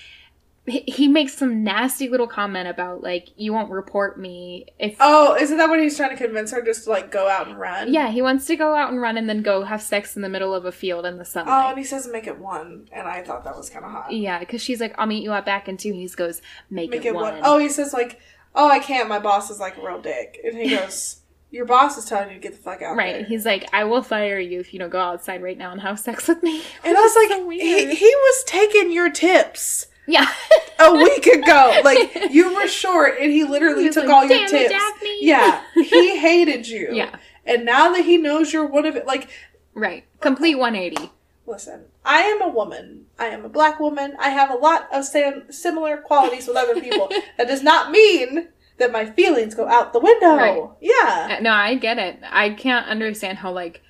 [SPEAKER 2] he- he makes some nasty little comment about like you won't report me if
[SPEAKER 1] Oh, isn't that when he's trying to convince her just to like go out and run?
[SPEAKER 2] yeah he wants to go out and run and then go have sex in the middle of a field in the
[SPEAKER 1] Oh,
[SPEAKER 2] sunlight
[SPEAKER 1] and he says make it one, and I thought that was kind of hot.
[SPEAKER 2] yeah because she's like i'll meet you out back in two and he just goes make,
[SPEAKER 1] Oh, Make
[SPEAKER 2] it,
[SPEAKER 1] it one.
[SPEAKER 2] one.
[SPEAKER 1] Oh, he says like, oh, I can't. My boss is like a real dick, and he goes, *laughs* your boss is telling you to get the fuck out.
[SPEAKER 2] Right.
[SPEAKER 1] there."
[SPEAKER 2] He's like, I will fire you if you don't go outside right now and have sex with
[SPEAKER 1] *laughs*
[SPEAKER 2] me. *laughs*
[SPEAKER 1] and I was like,
[SPEAKER 2] so weird.
[SPEAKER 1] he, he was taking your tips
[SPEAKER 2] yeah.
[SPEAKER 1] a week
[SPEAKER 2] *laughs*
[SPEAKER 1] ago. Like you were short, and he literally
[SPEAKER 2] He was
[SPEAKER 1] took
[SPEAKER 2] like,
[SPEAKER 1] all your
[SPEAKER 2] "Damn
[SPEAKER 1] tips.
[SPEAKER 2] it, Daphne."
[SPEAKER 1] Yeah,
[SPEAKER 2] *laughs*
[SPEAKER 1] he hated you.
[SPEAKER 2] Yeah.
[SPEAKER 1] and now that he knows you're one of it, like
[SPEAKER 2] Right. Complete 180.
[SPEAKER 1] Listen, I am a woman. I am a black woman. I have a lot of sam- similar qualities with other
[SPEAKER 2] *laughs*
[SPEAKER 1] people. that does not mean that my feelings go out the window.
[SPEAKER 2] Right.
[SPEAKER 1] Yeah.
[SPEAKER 2] Uh, No, I get it. I can't understand how, like,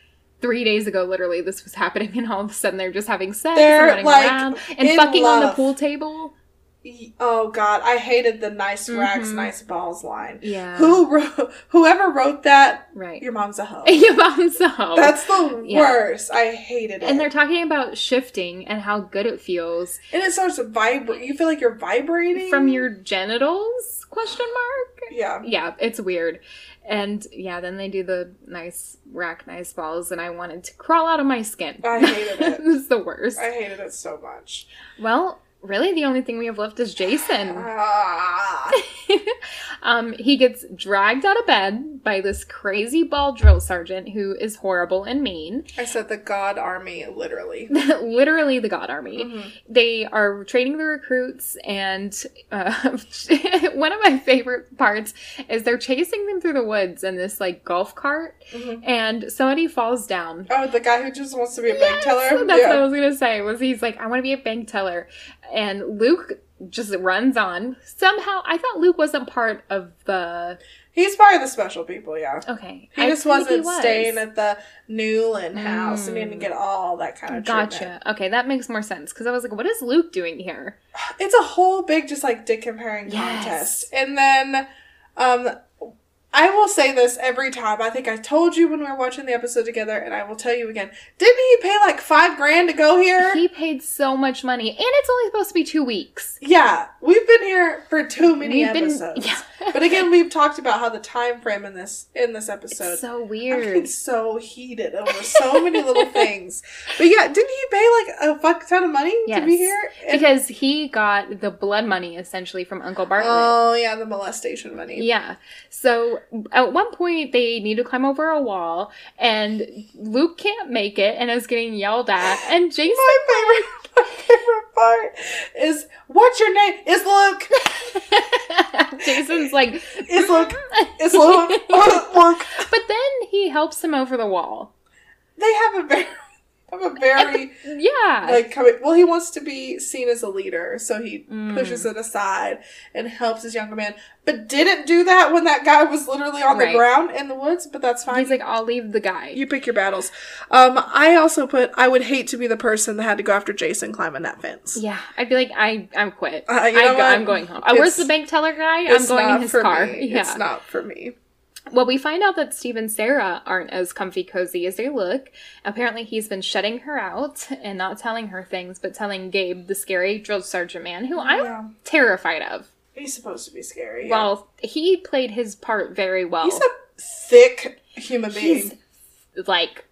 [SPEAKER 2] three days ago, literally, this was happening, *laughs* and all of a sudden they're just having sex
[SPEAKER 1] They're,
[SPEAKER 2] and running
[SPEAKER 1] like,
[SPEAKER 2] around and
[SPEAKER 1] in
[SPEAKER 2] fucking on the
[SPEAKER 1] love.
[SPEAKER 2] pool table.
[SPEAKER 1] Y- Oh God, I hated the nice rags,
[SPEAKER 2] Mhm.
[SPEAKER 1] nice balls line.
[SPEAKER 2] Yeah.
[SPEAKER 1] Who wrote, whoever wrote that?
[SPEAKER 2] Right.
[SPEAKER 1] Your mom's a hoe.
[SPEAKER 2] *laughs* Your mom's a hoe.
[SPEAKER 1] That's the
[SPEAKER 2] Yeah.
[SPEAKER 1] worst. I hated it.
[SPEAKER 2] and they're talking about shifting and how good it feels
[SPEAKER 1] and it starts to vibrate. You feel like you're vibrating
[SPEAKER 2] from your genitals? Question mark.
[SPEAKER 1] yeah.
[SPEAKER 2] yeah, it's weird. And yeah, then they do the nice rack, nice balls, and I wanted to crawl out of my skin.
[SPEAKER 1] I hated
[SPEAKER 2] *laughs*
[SPEAKER 1] it.
[SPEAKER 2] this is the worst.
[SPEAKER 1] I hated it so much.
[SPEAKER 2] Well, really, the only thing we have left is Jason.
[SPEAKER 1] Ah.
[SPEAKER 2] um, he gets dragged out of bed by this crazy ball drill sergeant who is horrible and mean. *laughs*
[SPEAKER 1] I said the God Army, literally.
[SPEAKER 2] Literally, the God Army.
[SPEAKER 1] Mhm.
[SPEAKER 2] they are training the recruits and uh, *laughs* one of my favorite parts is they're chasing them through the woods in this like golf cart
[SPEAKER 1] Mhm.
[SPEAKER 2] and somebody falls down
[SPEAKER 1] Oh, the guy who just wants to be a bank
[SPEAKER 2] Yes!
[SPEAKER 1] teller.
[SPEAKER 2] that's what i
[SPEAKER 1] Yeah.
[SPEAKER 2] was gonna say was he's like i want to be a bank teller and luke just runs on. Somehow, I thought Luke wasn't part of the.
[SPEAKER 1] He's part of the special people, yeah.
[SPEAKER 2] Okay,
[SPEAKER 1] He
[SPEAKER 2] I
[SPEAKER 1] just
[SPEAKER 2] think
[SPEAKER 1] wasn't
[SPEAKER 2] was.
[SPEAKER 1] staying at the Newland house and
[SPEAKER 2] Mm.
[SPEAKER 1] didn't get all that kind of treatment.
[SPEAKER 2] Gotcha. Okay, that makes more sense because I was like, "What is Luke doing here?"
[SPEAKER 1] It's a whole big just like dick comparing
[SPEAKER 2] Yes.
[SPEAKER 1] contest. And then um I will say this every time. I think I told you when we were watching the episode together, and I will tell you again. Didn't he pay like five grand to go here?
[SPEAKER 2] He paid so much money, and it's only supposed to be two weeks.
[SPEAKER 1] yeah, we've been here for too many episodes.
[SPEAKER 2] yeah.
[SPEAKER 1] but again, we've talked about how the time frame in this in this episode
[SPEAKER 2] it's so
[SPEAKER 1] I'm getting *laughs*
[SPEAKER 2] weird.
[SPEAKER 1] so heated over so many
[SPEAKER 2] *laughs*
[SPEAKER 1] little things. But yeah, didn't he pay like a fuck ton of money to be
[SPEAKER 2] Yes.
[SPEAKER 1] here? And-
[SPEAKER 2] Because he got the blood money essentially from Uncle Bartlett.
[SPEAKER 1] oh yeah, the molestation money.
[SPEAKER 2] Yeah. So at one point they need to climb over a wall and Luke can't make it and is getting yelled at and Jason
[SPEAKER 1] *laughs* My favorite, my favorite part is what's your name? Is Luke?
[SPEAKER 2] *laughs* Jason's like
[SPEAKER 1] Is
[SPEAKER 2] *laughs*
[SPEAKER 1] Luke? Is Luke? Luke?
[SPEAKER 2] but then he helps him over the wall.
[SPEAKER 1] They have a very, have a very
[SPEAKER 2] Yeah.
[SPEAKER 1] like coming. Well, he wants to be seen as a leader, so he
[SPEAKER 2] Mm.
[SPEAKER 1] pushes it aside and helps his younger man. But didn't do that when that guy was literally on the
[SPEAKER 2] Right.
[SPEAKER 1] ground in the woods. But that's fine.
[SPEAKER 2] He's like, I'll leave the guy.
[SPEAKER 1] You pick your battles. Um, I also put I would hate to be the person that had to go after Jason climbing that fence.
[SPEAKER 2] Yeah, I'd be like, I, I'm quit.
[SPEAKER 1] Uh, you
[SPEAKER 2] I
[SPEAKER 1] know
[SPEAKER 2] go,
[SPEAKER 1] what?
[SPEAKER 2] I'm going home. Oh, where's
[SPEAKER 1] It's-
[SPEAKER 2] the bank teller guy? I'm
[SPEAKER 1] It's
[SPEAKER 2] going
[SPEAKER 1] not
[SPEAKER 2] in his
[SPEAKER 1] for
[SPEAKER 2] car.
[SPEAKER 1] me.
[SPEAKER 2] Yeah.
[SPEAKER 1] It's not for me.
[SPEAKER 2] Well, we find out that Steve and Sarah aren't as comfy cozy as they look. Apparently, he's been shutting her out and not telling her things, but telling Gabe, the scary drill sergeant man, who I'm
[SPEAKER 1] Yeah.
[SPEAKER 2] terrified of.
[SPEAKER 1] He's supposed to be scary. yeah.
[SPEAKER 2] Well, he played his part very well.
[SPEAKER 1] he's a thick human being.
[SPEAKER 2] He's, like,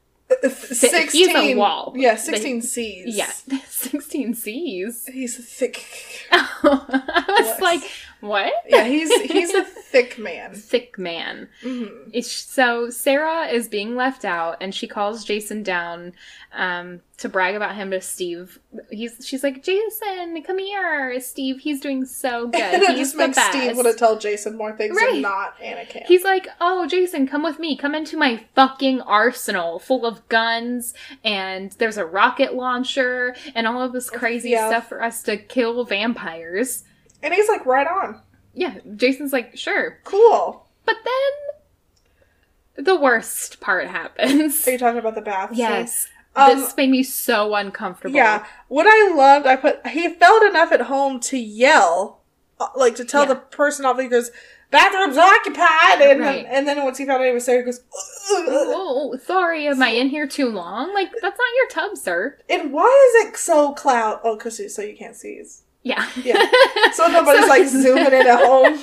[SPEAKER 1] Sixteen.
[SPEAKER 2] he's a wall.
[SPEAKER 1] Yeah,
[SPEAKER 2] But-
[SPEAKER 1] sixteen C's.
[SPEAKER 2] yeah, *laughs* 16 C's. *laughs*
[SPEAKER 1] He's a thick.
[SPEAKER 2] I was
[SPEAKER 1] Yes.
[SPEAKER 2] like, what?
[SPEAKER 1] Yeah, he's he's a thick
[SPEAKER 2] *laughs*
[SPEAKER 1] man.
[SPEAKER 2] thick man.
[SPEAKER 1] Mhm.
[SPEAKER 2] It's- So Sarah is being left out, and she calls Jason down um, to brag about him to Steve. He's she's like, Jason, come here, Steve. Heeve, He's
[SPEAKER 1] *laughs*
[SPEAKER 2] doing so good.
[SPEAKER 1] And it
[SPEAKER 2] He's
[SPEAKER 1] just
[SPEAKER 2] the
[SPEAKER 1] makes
[SPEAKER 2] best.
[SPEAKER 1] Steve want to tell Jason more things
[SPEAKER 2] Right.
[SPEAKER 1] and not Anakin.
[SPEAKER 2] He's like, oh, Jason, come with me. Come into my fucking arsenal full of guns, and there's a rocket launcher, and all of this crazy
[SPEAKER 1] Yeah.
[SPEAKER 2] stuff for us to kill vampires.
[SPEAKER 1] and he's like, right on.
[SPEAKER 2] Yeah, Jason's like, sure.
[SPEAKER 1] Cool.
[SPEAKER 2] But then the worst part *laughs* happens.
[SPEAKER 1] Are you talking about the bath? scene?
[SPEAKER 2] Yes.
[SPEAKER 1] Um,
[SPEAKER 2] this made me so uncomfortable.
[SPEAKER 1] Yeah. What I loved, I put, he felt enough at home to yell, uh, like to tell
[SPEAKER 2] Yeah.
[SPEAKER 1] the person off, he goes, bathroom's occupied. And, then,
[SPEAKER 2] Right.
[SPEAKER 1] and then once he found out he was there, he goes, "Ugh."
[SPEAKER 2] Oh, sorry, am I in here too long? Like, that's not your tub, sir.
[SPEAKER 1] and why is it so cloud? Oh, cause you, so you can't see. His.
[SPEAKER 2] Yeah. *laughs*
[SPEAKER 1] Yeah. So nobody's like zooming in at home.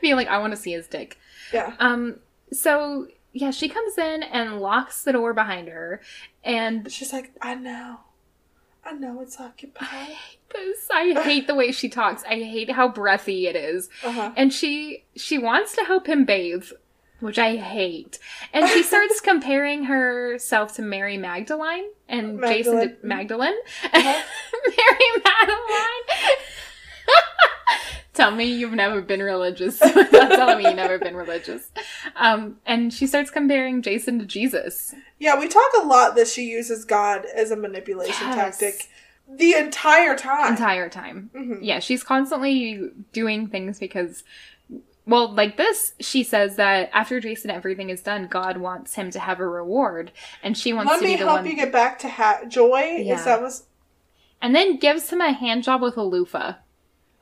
[SPEAKER 2] Being like, I want to see his dick.
[SPEAKER 1] Yeah.
[SPEAKER 2] Um, so yeah, she comes in and locks the door behind her. And
[SPEAKER 1] She's like, I know. I know it's occupied.
[SPEAKER 2] this, I hate the way she talks. I hate how breathy it is.
[SPEAKER 1] Uh-huh.
[SPEAKER 2] and she she wants to help him bathe which i hate and she starts comparing herself to mary magdalene and jason
[SPEAKER 1] Magdalene.
[SPEAKER 2] to magdalene
[SPEAKER 1] Uh-huh.
[SPEAKER 2] *laughs* mary magdalene tell me you've never been religious *laughs* without telling me you've never been religious um, and she starts comparing jason to jesus
[SPEAKER 1] Yeah, we talk a lot that she uses God as a manipulation
[SPEAKER 2] Yes.
[SPEAKER 1] tactic the entire time.
[SPEAKER 2] entire time
[SPEAKER 1] Mhm.
[SPEAKER 2] yeah she's constantly doing things because well like this she says that after jason everything is done god wants him to have a reward and she wants
[SPEAKER 1] Let
[SPEAKER 2] to be
[SPEAKER 1] me
[SPEAKER 2] the
[SPEAKER 1] help
[SPEAKER 2] one
[SPEAKER 1] you get back to ha- joy.
[SPEAKER 2] Yeah.
[SPEAKER 1] Is that was
[SPEAKER 2] and then gives him a hand job with a loofah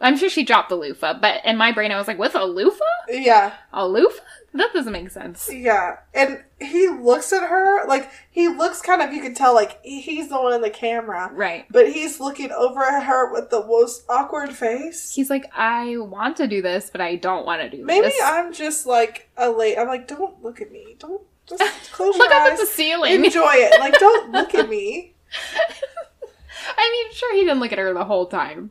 [SPEAKER 2] i'm sure she dropped the loofah but in my brain i was like with a loofah
[SPEAKER 1] yeah,
[SPEAKER 2] a loofah that doesn't make sense
[SPEAKER 1] yeah. And he looks at her like he looks kind of you can tell like he- he's the one in the camera,
[SPEAKER 2] right
[SPEAKER 1] but he's looking over at her with the most awkward face.
[SPEAKER 2] he's like i want to do this but i don't want to do
[SPEAKER 1] Maybe
[SPEAKER 2] this
[SPEAKER 1] I'm just like a late. I'm like, don't look at me. Don't just
[SPEAKER 2] *laughs*
[SPEAKER 1] close
[SPEAKER 2] look
[SPEAKER 1] your
[SPEAKER 2] up at
[SPEAKER 1] eyes.
[SPEAKER 2] the ceiling
[SPEAKER 1] Enjoy it. Like, don't look at me.
[SPEAKER 2] *laughs* i mean sure he didn't look at her the whole time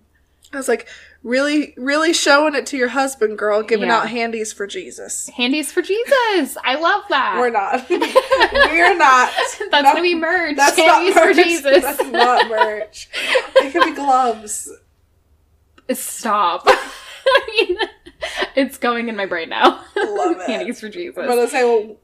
[SPEAKER 1] I was like, really, really showing it to your husband, girl, giving
[SPEAKER 2] Yeah.
[SPEAKER 1] out handies for Jesus.
[SPEAKER 2] handies for jesus i love that
[SPEAKER 1] We're
[SPEAKER 2] *laughs*
[SPEAKER 1] not. We're not.
[SPEAKER 2] That's
[SPEAKER 1] No.
[SPEAKER 2] gonna be merch.
[SPEAKER 1] That's
[SPEAKER 2] Candies
[SPEAKER 1] not merch. *laughs*
[SPEAKER 2] for Jesus.
[SPEAKER 1] That's not merch. It could be gloves.
[SPEAKER 2] *laughs* Stop. *laughs* I mean, it's going in my brain now.
[SPEAKER 1] Love it.
[SPEAKER 2] *laughs* Candies for Jesus.
[SPEAKER 1] But I say, well,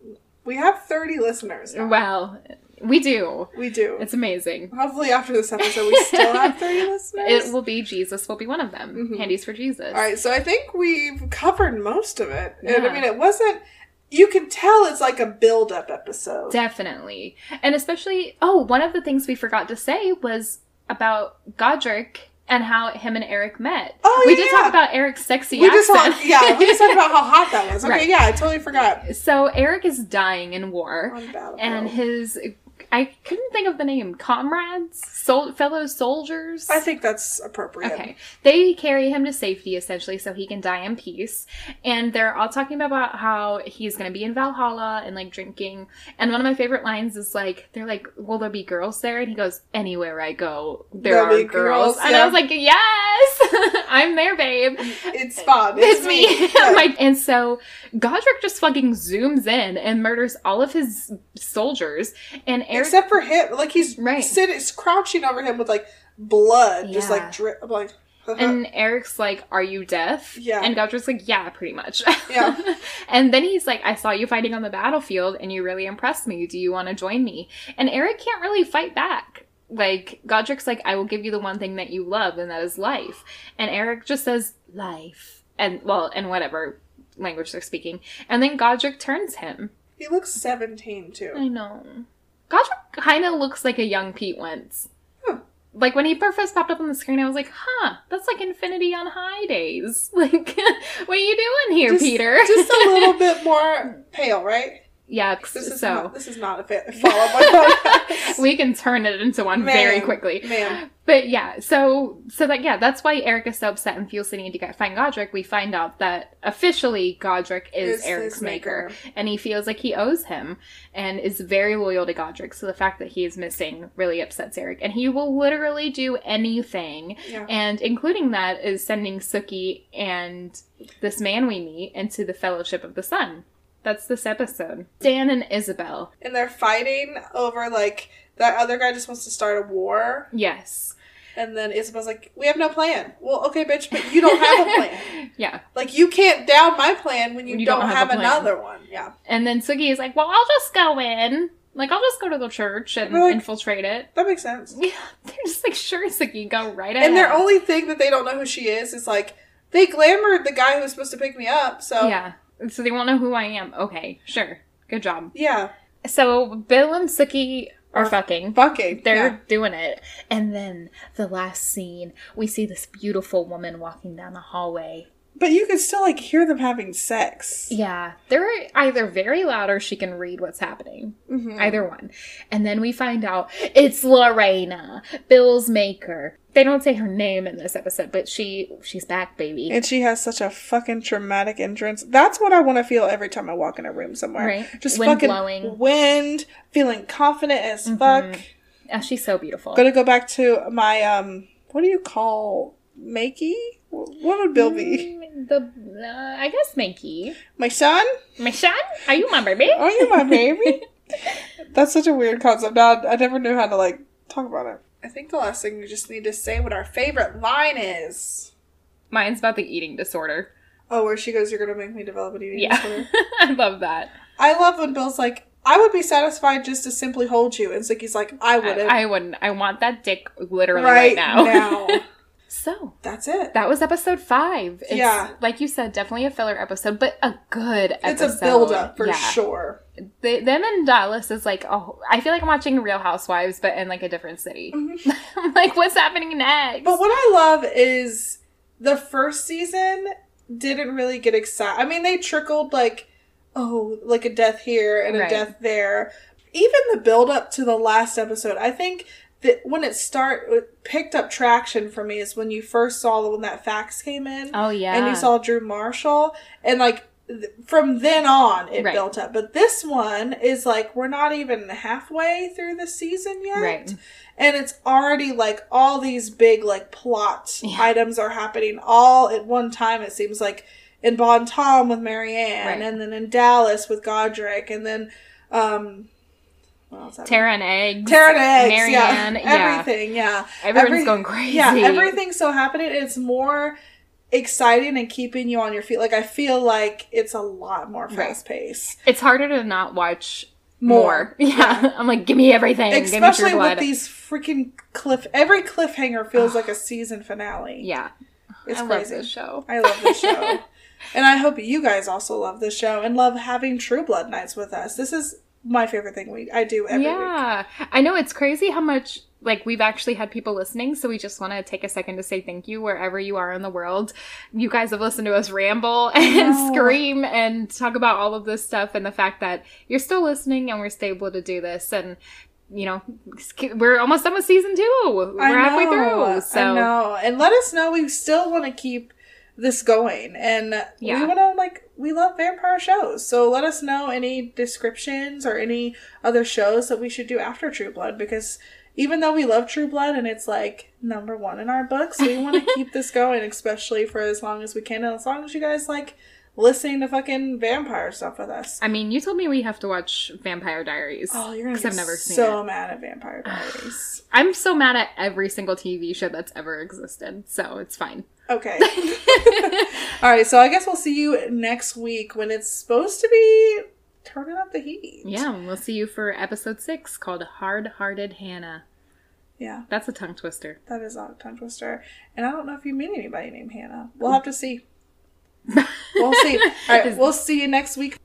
[SPEAKER 1] we have 30 listeners. now.
[SPEAKER 2] Wow. We do.
[SPEAKER 1] We do.
[SPEAKER 2] It's amazing.
[SPEAKER 1] Hopefully, after this episode, we still have
[SPEAKER 2] *laughs*
[SPEAKER 1] 30 listeners.
[SPEAKER 2] It will be Jesus will be one of them. Handies for Jesus.
[SPEAKER 1] Mm-hmm. All right, so I think we've covered most of it. And I
[SPEAKER 2] Yeah.
[SPEAKER 1] mean, it wasn't. You can tell it's like a build up episode.
[SPEAKER 2] Definitely. And especially, oh, one of the things we forgot to say was about Godric and how him and Eric met.
[SPEAKER 1] Oh,
[SPEAKER 2] we
[SPEAKER 1] yeah,
[SPEAKER 2] did
[SPEAKER 1] yeah.
[SPEAKER 2] talk about Eric's sexy
[SPEAKER 1] we just
[SPEAKER 2] accent.
[SPEAKER 1] talked, yeah, we just talked about how hot that was. Okay,
[SPEAKER 2] Right.
[SPEAKER 1] yeah, I totally forgot.
[SPEAKER 2] *laughs* so Eric is dying in war,
[SPEAKER 1] On the battlefield.
[SPEAKER 2] and his I couldn't think of the name comrades, sol- fellow soldiers.
[SPEAKER 1] I think that's appropriate.
[SPEAKER 2] Okay. They carry him to safety essentially so he can die in peace. And they're all talking about how he's going to be in Valhalla and like drinking. And one of my favorite lines is like, they're like, will there be girls there? And he goes, anywhere I go, there
[SPEAKER 1] There'll
[SPEAKER 2] are
[SPEAKER 1] be
[SPEAKER 2] girls.
[SPEAKER 1] girls,
[SPEAKER 2] And
[SPEAKER 1] yeah. Mm-hmm.
[SPEAKER 2] I was like, yes, *laughs* I'm there, babe.
[SPEAKER 1] It's fun.
[SPEAKER 2] It's
[SPEAKER 1] It's,
[SPEAKER 2] me. *laughs*
[SPEAKER 1] *laughs* Yeah.
[SPEAKER 2] like, and so Godric just fucking zooms in and murders all of his soldiers. And Eric.
[SPEAKER 1] Except for him, like he's
[SPEAKER 2] Right.
[SPEAKER 1] sitting, crouching over him with like blood, just
[SPEAKER 2] Yeah.
[SPEAKER 1] like drip. I'm like, "Uh-huh."
[SPEAKER 2] And Eric's like, Are you deaf?
[SPEAKER 1] Yeah.
[SPEAKER 2] And Godric's like, Yeah, pretty much.
[SPEAKER 1] Yeah.
[SPEAKER 2] *laughs* and then he's like, I saw you fighting on the battlefield and you really impressed me. Do you want to join me? And Eric can't really fight back. Like, Godric's like, I will give you the one thing that you love, and that is life. And Eric just says, Life. And, well, and whatever language they're speaking. And then Godric turns him.
[SPEAKER 1] he looks 17 too.
[SPEAKER 2] I know. Godric kind of looks like a young Pete Wentz.
[SPEAKER 1] Huh.
[SPEAKER 2] Like when he first popped up on the screen, I was like, "Huh, that's like Infinity on High days." *laughs* Like, what are you doing here,
[SPEAKER 1] Just-
[SPEAKER 2] Peter?
[SPEAKER 1] Just
[SPEAKER 2] *laughs*
[SPEAKER 1] a little bit more pale, right?
[SPEAKER 2] yeah.
[SPEAKER 1] This is
[SPEAKER 2] so
[SPEAKER 1] not, this is not a fa- follow-up. podcast.
[SPEAKER 2] we can turn it into one *laughs* very
[SPEAKER 1] Ma'am.
[SPEAKER 2] quickly.
[SPEAKER 1] Ma'am.
[SPEAKER 2] But yeah, so so that yeah, that's why Eric is so upset and feels the need to get, find Godric. We find out that officially Godric is
[SPEAKER 1] Is
[SPEAKER 2] Eric's
[SPEAKER 1] his maker.
[SPEAKER 2] maker, and he feels like he owes him, and is very loyal to Godric. So the fact that he is missing really upsets Eric, and he will literally do anything,
[SPEAKER 1] Yeah.
[SPEAKER 2] and including that is sending Suki and this man we meet into the Fellowship of the Sun. That's this episode. Dan and Isabel.
[SPEAKER 1] and they're fighting over like that other guy just wants to start a war,
[SPEAKER 2] Yes.
[SPEAKER 1] and then Isabel's like, "We have no plan." Well, okay, bitch, but you don't
[SPEAKER 2] *laughs*
[SPEAKER 1] have a plan.
[SPEAKER 2] Yeah.
[SPEAKER 1] like you can't down my plan when you, don't, have,
[SPEAKER 2] a plan.
[SPEAKER 1] another one. Yeah,
[SPEAKER 2] And then Sugi is like, well, I'll just go in. Like, I'll just go to the church and
[SPEAKER 1] They're like-
[SPEAKER 2] infiltrate it. *laughs*
[SPEAKER 1] that makes sense.
[SPEAKER 2] Yeah, they're just like, sure, Sugi, go right in.
[SPEAKER 1] And their only thing that they don't know who she is is like they glamored the guy who was supposed to pick me up. So
[SPEAKER 2] Yeah. So they won't know who I am. Okay, sure. Good job.
[SPEAKER 1] yeah,
[SPEAKER 2] So Bill and Suki are fucking.
[SPEAKER 1] fucking
[SPEAKER 2] They're
[SPEAKER 1] yeah.
[SPEAKER 2] doing it. And then the last scene, we see this beautiful woman walking down the hallway.
[SPEAKER 1] But you can still like hear them having sex.
[SPEAKER 2] Yeah, they're either very loud or she can read what's happening.
[SPEAKER 1] Mhm.
[SPEAKER 2] Either one. And then we find out it's Lorena, Bill's maker. They don't say her name in this episode, but she she's back, baby.
[SPEAKER 1] And she has such a fucking traumatic entrance. That's what I want to feel every time I walk in a room somewhere.
[SPEAKER 2] Right.
[SPEAKER 1] Just
[SPEAKER 2] Wind
[SPEAKER 1] fucking
[SPEAKER 2] blowing. Mm-hmm.
[SPEAKER 1] wind, feeling confident as fuck.
[SPEAKER 2] oh, she's so beautiful.
[SPEAKER 1] Gonna go back to my um, what do you call makey? What would Bill be?
[SPEAKER 2] Mm, The uh, I guess Mankey.
[SPEAKER 1] My son?
[SPEAKER 2] Michonne, are you my baby?
[SPEAKER 1] Are you my *laughs* baby? That's such a weird concept. Now I never knew how to like talk about it. I think the last thing we just need to say what our favorite line is.
[SPEAKER 2] Mine's about the eating disorder.
[SPEAKER 1] Oh, where she goes, you're gonna make me develop an eating
[SPEAKER 2] Yeah, *laughs*
[SPEAKER 1] disorder.
[SPEAKER 2] I love that.
[SPEAKER 1] I love when Bill's like, I would be satisfied just to simply hold you. And Zicky's like, I
[SPEAKER 2] I,
[SPEAKER 1] wouldn't.
[SPEAKER 2] I wouldn't. I want that dick literally right, now. *laughs*
[SPEAKER 1] *laughs*
[SPEAKER 2] so
[SPEAKER 1] That's it.
[SPEAKER 2] that was episode five. It's,
[SPEAKER 1] Yeah.
[SPEAKER 2] like you said, definitely a filler episode, but a good.
[SPEAKER 1] It's
[SPEAKER 2] episode.
[SPEAKER 1] a build up for
[SPEAKER 2] Yeah.
[SPEAKER 1] sure.
[SPEAKER 2] They, them in Dallas is like, oh, I feel like I'm watching Real Housewives, but in like a different city. *laughs* I'm like, what's happening next?
[SPEAKER 1] Mm-hmm. But what I love is the first season didn't really get excited. I mean, they trickled like, oh, like a death here and
[SPEAKER 2] Right.
[SPEAKER 1] a death there. Even the build up to the last episode, I think that when it start it picked up traction for me is when you first saw when that fax came in.
[SPEAKER 2] oh yeah,
[SPEAKER 1] and you saw Drew Marshall, and like th- from then on it
[SPEAKER 2] Right.
[SPEAKER 1] built up. But this one is like we're not even halfway through the season yet,
[SPEAKER 2] right?
[SPEAKER 1] and it's already like all these big like plot
[SPEAKER 2] Yeah.
[SPEAKER 1] items are happening all at one time. It seems like in Bon Tom with Marianne,
[SPEAKER 2] Right.
[SPEAKER 1] and then in Dallas with Godric, and then um, what else happened?
[SPEAKER 2] Tara and eggs.
[SPEAKER 1] Tara and Eggs,
[SPEAKER 2] Marianne,
[SPEAKER 1] yeah,
[SPEAKER 2] yeah.
[SPEAKER 1] everything, yeah.
[SPEAKER 2] Everyone's
[SPEAKER 1] every-
[SPEAKER 2] going crazy.
[SPEAKER 1] Yeah, everything's so happening. It's more exciting and keeping you on your feet. Like I feel like it's a lot more
[SPEAKER 2] Right.
[SPEAKER 1] fast paced.
[SPEAKER 2] It's harder to not watch more. *laughs* Yeah. I'm like, give me everything. give me
[SPEAKER 1] Especially
[SPEAKER 2] your
[SPEAKER 1] with
[SPEAKER 2] blood.
[SPEAKER 1] these freaking cliff. Every cliffhanger feels
[SPEAKER 2] *sighs*
[SPEAKER 1] like a season finale.
[SPEAKER 2] yeah.
[SPEAKER 1] It's
[SPEAKER 2] I love
[SPEAKER 1] crazy.
[SPEAKER 2] this show.
[SPEAKER 1] I love
[SPEAKER 2] *laughs*
[SPEAKER 1] this show. and I hope you guys also love this show and love having True Blood nights with us. This is my favorite thing we I do every week.
[SPEAKER 2] yeah. I know it's crazy how much like we've actually had people listening, so we just want to take a second to say thank you wherever you are in the world. You guys have listened to us ramble *laughs* and
[SPEAKER 1] know.
[SPEAKER 2] scream and talk about all of this stuff and the fact that you're still listening and we're still able to do this and you know, we're almost done with season 2. We're
[SPEAKER 1] I
[SPEAKER 2] halfway
[SPEAKER 1] know,
[SPEAKER 2] through. So
[SPEAKER 1] I know. And let us know we still want to keep this going. And
[SPEAKER 2] Yeah.
[SPEAKER 1] we want to like we love vampire shows. So let us know any descriptions or any other shows that we should do after True Blood because even though we love True Blood and it's like number one in our books, we *laughs* want to keep this going, especially for as long as we can, and as long as you guys like listening to fucking vampire stuff with us.
[SPEAKER 2] I mean, you told me we have to watch Vampire Diaries.
[SPEAKER 1] Oh, you're gonna
[SPEAKER 2] 'Cause
[SPEAKER 1] get
[SPEAKER 2] I've never seen
[SPEAKER 1] so mad at Vampire *sighs* Diaries.
[SPEAKER 2] I'm so mad at every single TV show that's ever existed, so it's fine.
[SPEAKER 1] Okay. All right, so I guess we'll see you next week when it's supposed to be turning up the heat.
[SPEAKER 2] Yeah, and we'll see you for episode six called Hard Hearted Hannah.
[SPEAKER 1] Yeah,
[SPEAKER 2] That's a tongue twister.
[SPEAKER 1] that is a tongue twister. And I don't know if you meet anybody named Hannah. We'll have to see. We'll see. All right, we'll see you next week.